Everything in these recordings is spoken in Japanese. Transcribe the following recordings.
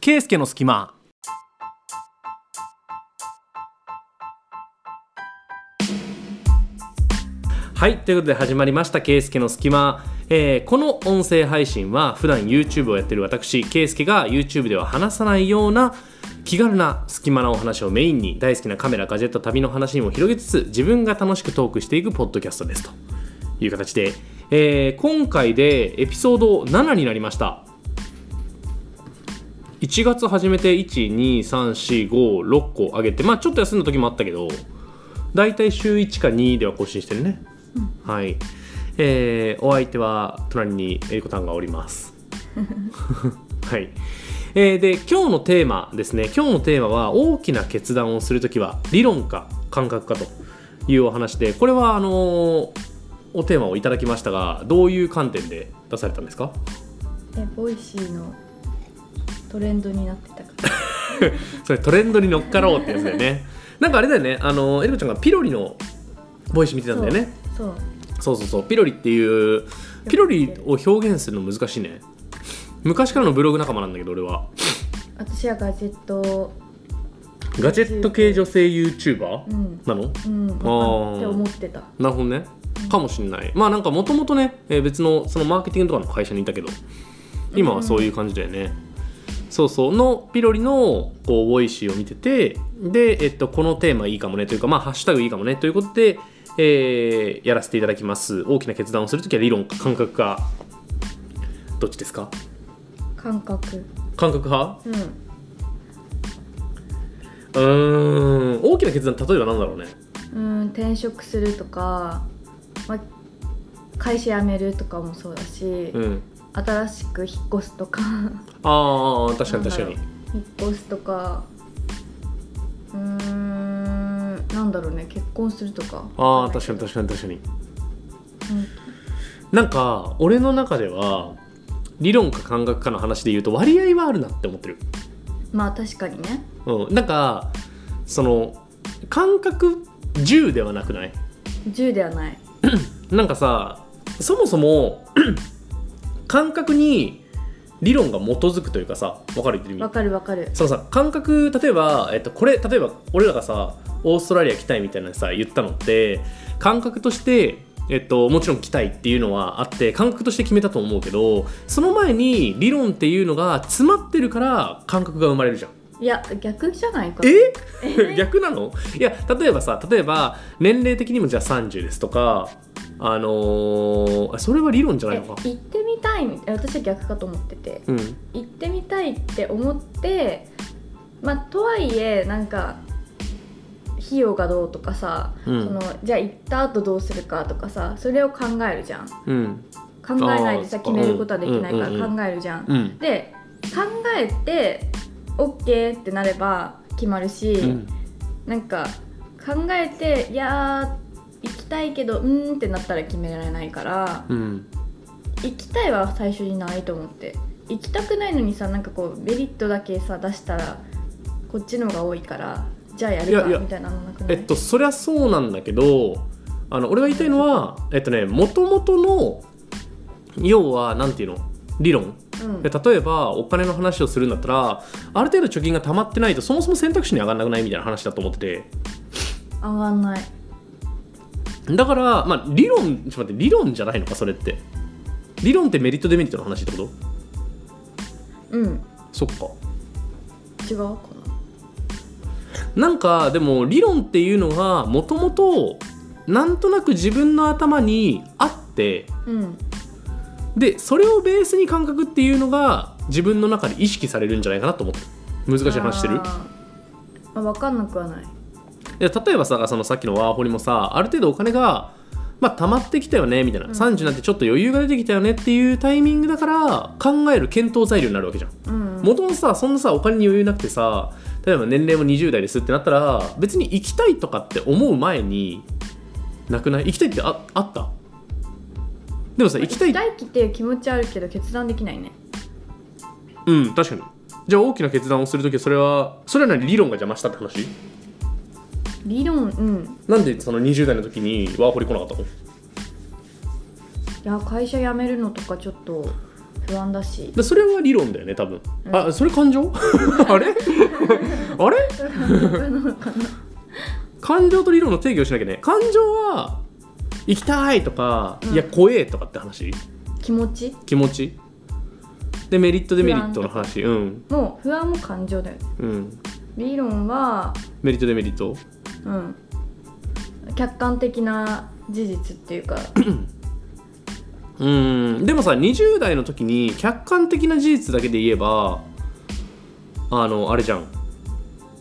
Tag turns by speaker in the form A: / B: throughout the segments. A: ケイスケの隙間はいということで始まりました「ケイスケの隙間」えーこの音声配信は普段 YouTube をやってる私ケイスケが YouTube では話さないような気軽な隙間なお話をメインに大好きなカメラガジェット旅の話にも広げつつ自分が楽しくトークしていくポッドキャストですという形で、えー今回でエピソード7になりました1月始めて12345個上げてまあちょっと休んだ時もあったけど大体週1か2では更新してるね、はいえーお相手は隣にえりこたんがおりますはいえーで今日のテーマですね今日のテーマは大きな決断をする時は理論か感覚かというお話でこれはあのーおテーマをいただきましたがどういう観点で出されたんですか
B: えボイシーのトレンドになってたから
A: それトレンドに乗っかろうってやつだよね なんかあれだよねあのエリコちゃんがピロリのボイス見てたんだよね
B: そう
A: そうそうそうピロリっていうピロリを表現するの難しいね昔からのブログ仲間なんだけど俺は
B: 私はガジェット
A: ガジェット系女性 YouTuber
B: うん
A: なの
B: うんわかん
A: あー
B: って思ってた
A: なるほどねかもしんないまあなんかもともとね、えー別のそのマーケティングとかの会社にいたけど今はそういう感じだよね、そうそうのピロリのこうボイシーを見ててで、えっと、このテーマいいかもねというかまあハッシュタグいいかもねということで、えーやらせていただきます大きな決断をするときは理論か感覚かどっちですか
B: 感覚
A: 感覚派
B: うん
A: うーん大きな決断例えばなんだろうね
B: うん転職するとか、ま、会社辞めるとかもそうだし、
A: うん
B: 新しく引っ越すとか
A: ああ確かに確かに
B: なんだ引っ越すとかうーんなんだろうね結婚するとか
A: ああ確かに
B: か
A: 確かに確かに
B: に、うん
A: なんか俺の中では理論か感覚かの話で言うと割合はあるなって思ってる、
B: まあ確かにね
A: うん、なんかその感覚10ではなくない
B: 10ではない
A: なんかさそもそも 感覚に理論が基づくというかさ分かる言ってる意
B: わ
A: 味
B: かるわかる
A: そのさ感覚例えば、えっと、これ例えば俺らがさオーストラリア来たいみたいなさ言ったのって感覚として、えっと、もちろん来たいっていうのはあって感覚として決めたと思うけどその前に理論っていうのが詰まってるから感覚が生まれるじゃん。
B: いや逆じゃないか
A: え 逆なのいや例えばさ例えば年齢的にもじゃあ30ですとかあのーあそれは理論じゃない
B: え
A: のか。
B: 行ってみたいみたい私は逆かと思ってて
A: うん、
B: 行ってみたいって思ってまあとはいえなんか費用がどうとかさ、
A: うん
B: そのじゃあ行った後どうするかとかさそれを考えるじゃん
A: うん
B: 考えない
A: あ
B: でさ
A: ー
B: 決めることはできないか
A: うんうんう
B: ら
A: ん
B: 考えるじゃん、
A: うん
B: で考えて OK ってなれば決まるし、
A: うん
B: なんか考えていやー行きたいけどうーんってなったら決められないから
A: うん
B: 行きたいは最初にないと思って行きたくないのにさなんかこうメリットだけさ出したらこっちの方が多いからじゃあやる
A: い
B: か
A: やいや
B: みたいなのなくな
A: え
B: い、
A: っとそりゃそうなんだけどあの俺が言いたいのはえっとねもともとの要はなんていうの理論
B: うん
A: で例えばお金の話をするんだったらある程度貯金が溜まってないとそもそも選択肢に上がらなくないみたいな話だと思ってて
B: 上がんない
A: だからまあ理論ちょっと待って理論じゃないのかそれって理論ってメリットデメリットの話ってこと
B: うん
A: そっか
B: 違うか
A: なんかでも理論っていうのがもともとなんとなく自分の頭にあって
B: なうん
A: でそれをベースに感覚っていうのが自分の中で意識されるんじゃないかなと思って難しい話してる
B: あー、まあ、分かんなくはない
A: で例えばさそのさっきのワーホリもさある程度お金がまあ溜まってきたよねみたいな、
B: うん
A: 30になってちょっと余裕が出てきたよねっていうタイミングだから考える検討材料になるわけじゃん
B: うん
A: もともとさそんなさお金に余裕なくてさ例えば年齢も20代ですってなったら別に行きたいとかって思う前になくない行きたいってああったでもさ行きたい
B: 行きたいっていう気持ちはあるけど決断できないね
A: うん確かにじゃあ大きな決断をするときそれはそれは何理論が邪魔したって話
B: 理論うん
A: なんでその20代の時にワーホリ来なかったの
B: いや会社辞めるのとかちょっと不安だし
A: でそれは理論だよね多分、
B: うん
A: あそれ感情 あれあれ感情と理論の定義をしなきゃね感情は行きたいとか、
B: うん
A: いや怖えとかって話
B: 気持ち
A: 気持ちでメリットデメリットの話うん
B: もう不安も感情だよね
A: うん
B: 理論は
A: メリットデメリット
B: うん客観的な事実っ ていうか
A: うんでもさ20代の時に客観的な事実だけで言えばあのあれじゃん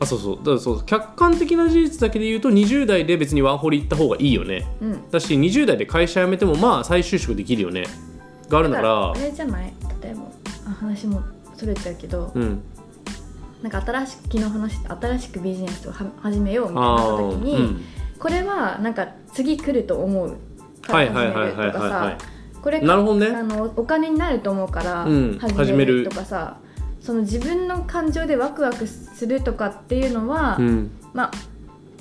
A: あそうそうだからそう客観的な事実だけで言うと20代で別にワーホリ行った方がいいよね
B: うん
A: だし20代で会社辞めてもまあ再就職できるよねがあるなら
B: あれじゃない例えばあ話もそれちゃうけど、
A: うん
B: なんか新しく昨日話して新しくビジネスをは始めようみたいにな
A: あ
B: った
A: あ
B: 時に、
A: うん
B: これはなんか次来ると思うか
A: はい
B: ら
A: はい
B: 始
A: は
B: め
A: い
B: る
A: はいはい
B: とか
A: は
B: さ
A: い
B: これ
A: なるほどね
B: あのお金になると思うから
A: うん
B: 始めるとかさ、その自分の感情でワクワクするとかっていうのは、
A: うん
B: ま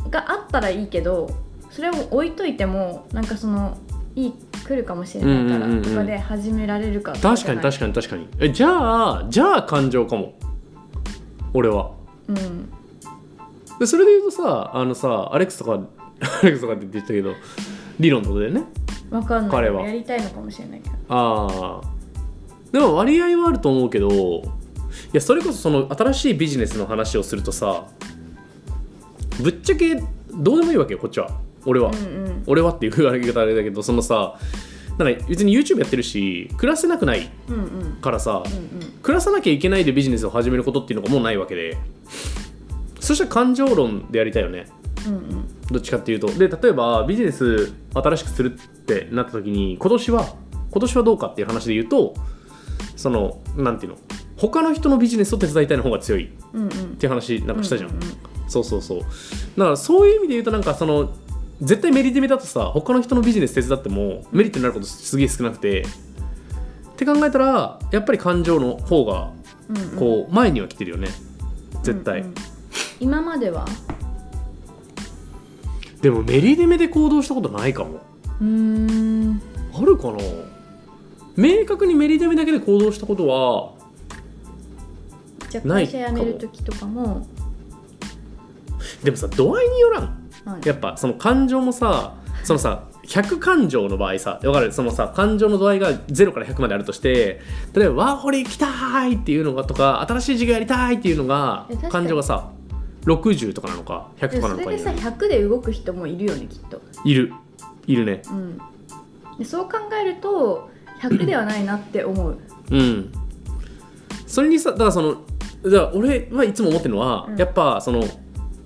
B: あがあったらいいけどそれを置いといてもなんかそのいい来るかもしれないか
A: うんうんう
B: ら
A: ん
B: とかで始められるかと
A: 確かに確
B: か
A: かに確かにえじゃあじゃあ感情かも俺は
B: にうん
A: でそれで言うとさあのさアレックスとかアレックスとかって言ってたけど理論のことだよね
B: わかんない
A: 彼は
B: やりたいのかもしれないけど
A: ああでも割合はあると思うけどいやそれこそその新しいビジネスの話をするとさぶっちゃけどうでもいいわけよこっちは俺は、
B: うんうん
A: 俺はっていう言われ方あれだけどそのさなんか別に YouTube やってるし暮らせなくない
B: うんうん
A: からさ、
B: うんうん
A: 暮らさなきゃいけないでビジネスを始めることっていうのがもうないわけでそしたら感情論でやりたいよね
B: うんうん
A: どっちかっていうとで例えばビジネス新しくするってなった時に今年は今年はどうかっていう話で言うとそのなんていうの他の人のビジネスを手伝いたいの方が強いっ
B: うんうん
A: ていう話なんかしたじゃん、
B: うんうん
A: そうそうそうだからそういう意味で言うとなんかその絶対メリデメだとさ他の人のビジネス手伝ってもメリットになることすげえ少なくてって考えたらやっぱり感情の方が
B: うんうん
A: こう前には来てるよね絶対、
B: うんうん今までは
A: でもメリデメで行動したことないかも
B: うーん
A: あるかな明確にメリデメだけで行動したことは
B: じゃあ
A: ない
B: 会
A: か
B: 社
A: も
B: 辞める時とかも
A: でもさ度合いによらん
B: まあ
A: やっぱその感情もさそのさ100感情の場合さ分かるそのさ感情の度合いが0から100まであるとして例えばワーホリ行きたいっていうのがとか新しい授業やりたいっていうのが
B: いや確かに
A: 感情がさ60とかなのか100
B: で
A: とか
B: も
A: な
B: そ
A: の
B: れ
A: か
B: で
A: に
B: さ100で動く人もいるよねきっと
A: いるいるね
B: うんでそう考えると100ではないなって思う
A: うんそれにさだからそのだから俺はいつも思ってるのは、
B: うん
A: やっぱその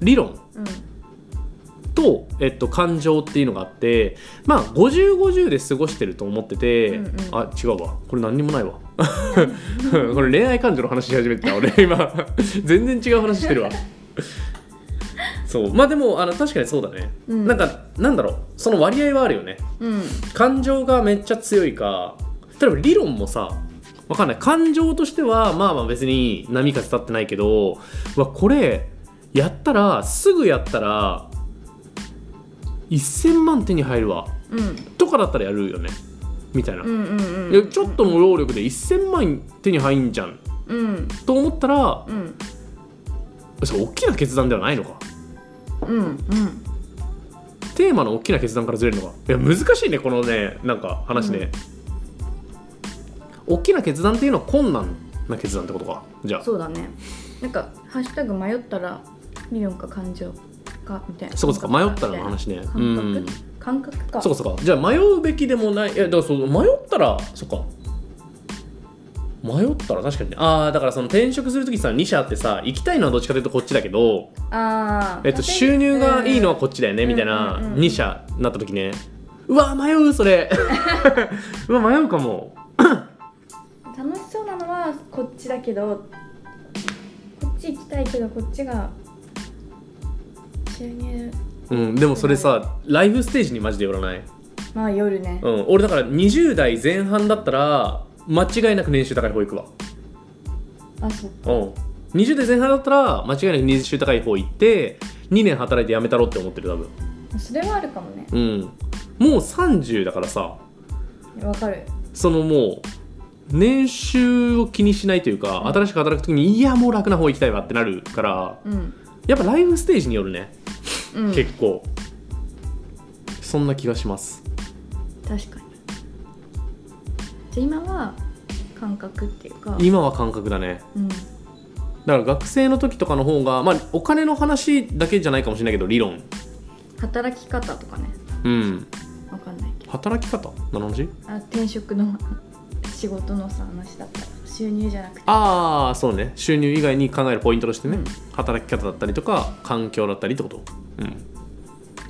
A: 理論
B: うん
A: と、えっと、感情っていうのがあってまあ5050で過ごしてると思ってて、
B: うんうん
A: あ違うわこれ何にもないわ これ恋愛感情の話し始めてた 俺今全然違う話してるわそうまあでもあの確かにそうだね、
B: うん
A: なんかなんだろうその割合はあるよね
B: うん
A: 感情がめっちゃ強いか例えば理論もさわかんない感情としてはまあまあ別に波風立ってないけどうわこれやったらすぐやったら1000万手に入るわ
B: うん
A: とかだったらやるよねみたいな、
B: うんうん
A: い
B: うん
A: やちょっとの労力で1000万手に入んじゃん
B: うん
A: と思ったら
B: うん
A: それ大きな決断ではないのか
B: うんうん
A: テーマの大きな決断からずれるのがいや難しいねこのねなんか話ね、大きな決断っていうのは困難な決断ってことかじゃあ
B: そうだねなんか「ハッシュタグ迷ったら理論か感情か」みたいな
A: そうかそうか迷ったらの話ね
B: 感
A: うん
B: 覚感覚か
A: そうかそうかじゃあ迷うべきでもないいやだからそう迷ったらそっか迷ったら確かにねああだからその転職する時さ2社あってさ行きたいのはどっちかというとこっちだけど、
B: ああ
A: えっと、収入がいいのはこっちだよねみたいな
B: うんうんうんうん
A: 2社になった時ねうわ迷うそ れ うわ迷うかも
B: 楽しそうなのはこっちだけどこっち行きたいけどこっちが収入
A: うん、でもそれさライフステージにマジでよらない、
B: まあ夜ね
A: うん、俺だから20代前半だったら間違いなく年収高い方行くわ、
B: あそっ
A: うん、20代前半だったら間違いなく年収高い方行って2年働いて辞めたろって思ってる多分
B: それはあるかもね
A: うんもう30だからさ
B: わかる
A: そのもう年収を気にしないというか新しく働く時にいやもう楽な方行きたいわってなるから
B: うん、
A: やっぱライフステージによるね、
B: うん、
A: 結構そんな気がします
B: 確かにじゃあ今は感覚っていうか
A: 今は感覚だね
B: うん
A: だから学生の時とかの方がまあお金の話だけじゃないかもしれないけど理論
B: 働き方とかね
A: うん
B: わかんないけど
A: 働き方何の話
B: あ転職の 仕事のさ話だったら収入じゃなくて
A: ああそうね収入以外に考えるポイントとしてね、
B: うん
A: 働き方だったりとか環境だったりってことうん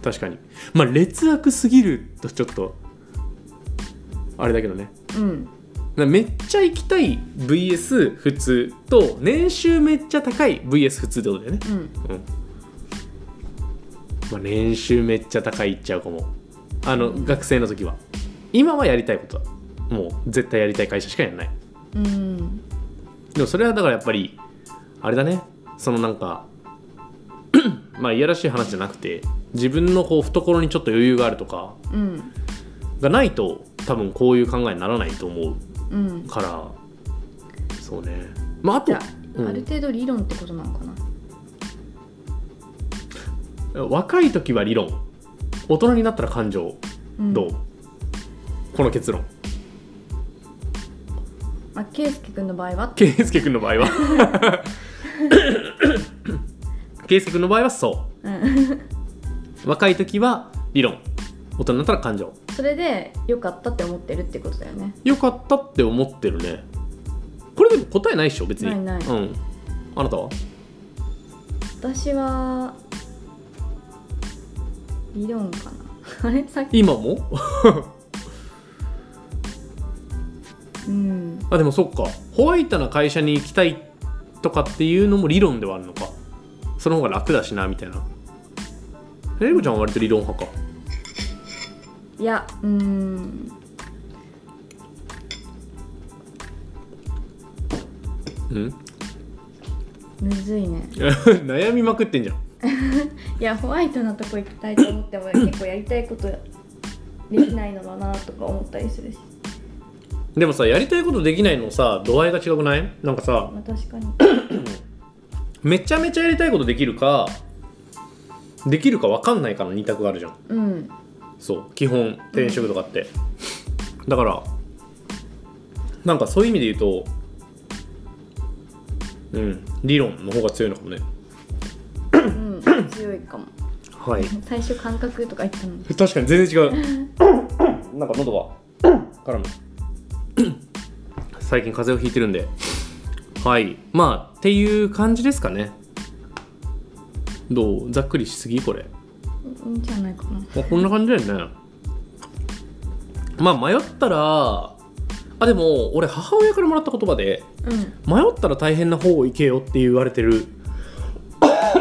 A: 確かにまあ劣悪すぎるとちょっとあれだけどね
B: うん
A: めっちゃ行きたい VS 普通と年収めっちゃ高い VS 普通ってことだよね、
B: うん
A: うんまあ、年収めっちゃ高いいっちゃうかもあの、
B: うん
A: 学生の時は今はやりたいことはもう絶対やりたい会社しかやらない
B: うん
A: でもそれはだからやっぱりあれだねそのなんか まあいやらしい話じゃなくて自分のこう懐にちょっと余裕があるとか
B: うん
A: がないと多分こういう考えにならないと思
B: うん
A: うからそうねまああと
B: じゃあ、
A: うん
B: ある程度理論ってことなのかな
A: 若い時は理論大人になったら感情
B: うん
A: どう、この結論
B: まあ、圭佑君の場合は
A: 圭佑君の場合は圭佑君の場合はそ
B: うん
A: う若い時は理論大人になったら感情
B: それで良かったって思ってるってことだよね
A: よかったって思ってるねこれでも答えないでしょ別に
B: ないない
A: うん、あなたは
B: 私は理論かな あれさっき
A: 今も
B: うん
A: あでもそっかホワイトな会社に行きたいとかっていうのも理論ではあるのかその方が楽だしなみたいなえりこちゃんは割と理論派か
B: いやうん
A: うん
B: むずいね
A: 悩みまくってんじゃん
B: いやホワイトなとこ行きたいと 思っても結構やりたいことできないのかなとか思ったりするし、
A: でもさやりたいことできないのさ度合いが違くないなんかさ
B: まあ、確かに
A: めちゃめちゃやりたいことできるかできるか分かんないかの2択があるじゃん
B: うん
A: そう基本転職とかって、だからなんかそういう意味で言うとうん理論の方が強いのかもね
B: うん強いかも
A: はい
B: 最初感覚とか言ったのに
A: 確かに全然違う なんか喉が絡む最近風邪をひいてるんではいまあっていう感じですかねどうざっくりしすぎこれ
B: いいんじゃないかな
A: まあこんな感じだよねまあ迷ったらあでも俺母親からもらった言葉で
B: うん
A: 迷ったら大変な方を行けよって言われてる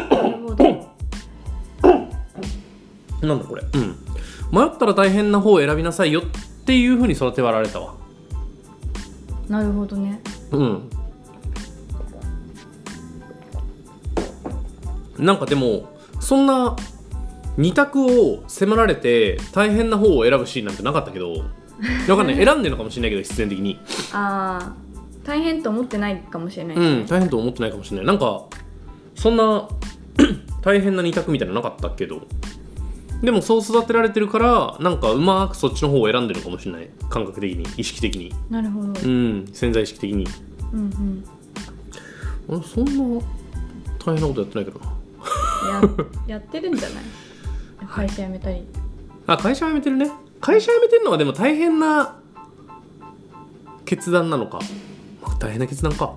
B: なるほど
A: なんだこれうん迷ったら大変な方を選びなさいよっていうふうに育てられたわ
B: なるほどね
A: うんなんかでもそんな二択を迫られて大変な方を選ぶシーンなんてなかったけどわかんない選んでるのかもしれないけど必然的に
B: あー大変と思ってないかもしれない、
A: うん、大変と思ってないかもしれないなんかそんな 大変な二択みたいなのなかったけどでもそう育てられてるからなんかうまくそっちの方を選んでるのかもしれない感覚的に意識的に
B: なるほど
A: うん潜在意識的に
B: うんうん
A: あそんな大変なことやってないけどない
B: ややってるんじゃない会社辞めたり
A: あ会社辞めてるね会社辞めてるのはでも大変な決断なのか、まあ、大変な決断か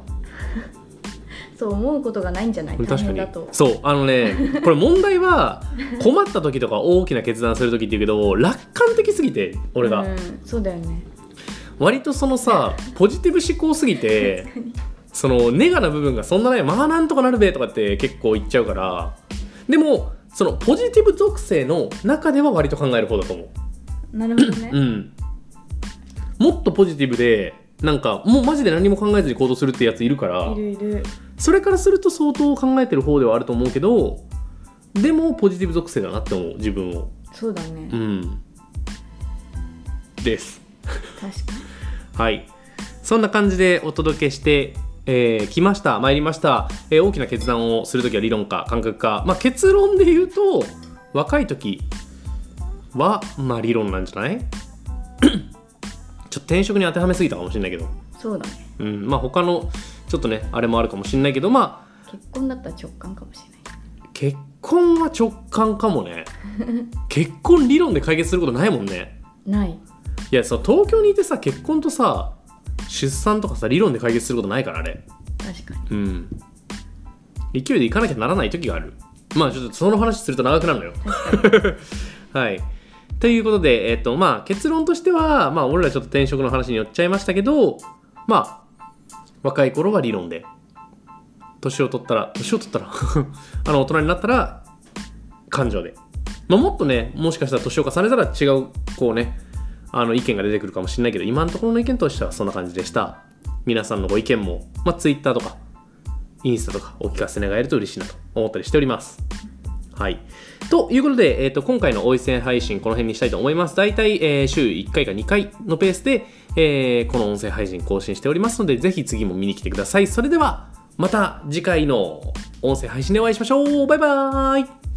B: そう思うことがないんじゃない大
A: 確か
B: 変
A: に
B: だと
A: そうあの ねこれ問題は困った時とか大きな決断する時って言うけど楽観的すぎて俺が、
B: うん、そうだよね
A: 割とそのさポジティブ思考すぎてそのネガな部分がそんなないまあなんとかなるべとかって結構言っちゃうからでもそのポジティブ属性の中では割と考える方だと思う
B: なるほどね、
A: うん、もっとポジティブでなんかもうマジで何も考えずに行動するってやついるから
B: いるいる
A: それからすると相当考えてる方ではあると思うけどでもポジティブ属性だなって思う自分を
B: そうだね、
A: うんです
B: 確か
A: はいそんな感じでお届けしてえー、来ました参りました、えー大きな決断をするときは理論か感覚か、まあ、結論で言うと若い時はまあ理論なんじゃないちょっと転職に当てはめすぎたかもしれないけど、
B: そうだね
A: うん、まあ他のちょっとねあれもあるかもしれないけどまあ
B: 結婚だったら直感かもしれない
A: 結婚は直感かもね結婚理論で解決することないもんね
B: ない
A: いやそう東京にいてさ結婚とさ出産とかさ理論で解決することないからあれ
B: 確かに
A: うん勢いで行かなきゃならない時があるまあちょっとその話すると長くなるのよはいということで、えっとまあ、結論としては、まあ、俺らちょっと転職の話に寄っちゃいましたけどまあ若い頃は理論で年を取ったら年を取ったら あの大人になったら感情で、まあ、もっとねもしかしたら年を重ねたら違うこうねあの意見が出てくるかもしれないけど今のところの意見としてはそんな感じでした皆さんのご意見も、まあ、Twitter とかインスタとかお聞かせ願えると嬉しいなと思ったりしております。はい。ということで、えー、と今回のおいせん配信この辺にしたいと思います。大体、えー週1回か2回のペースで、えーこの音声配信更新しておりますので、ぜひ次も見に来てください。それでは、また次回の音声配信でお会いしましょう。バイバーイ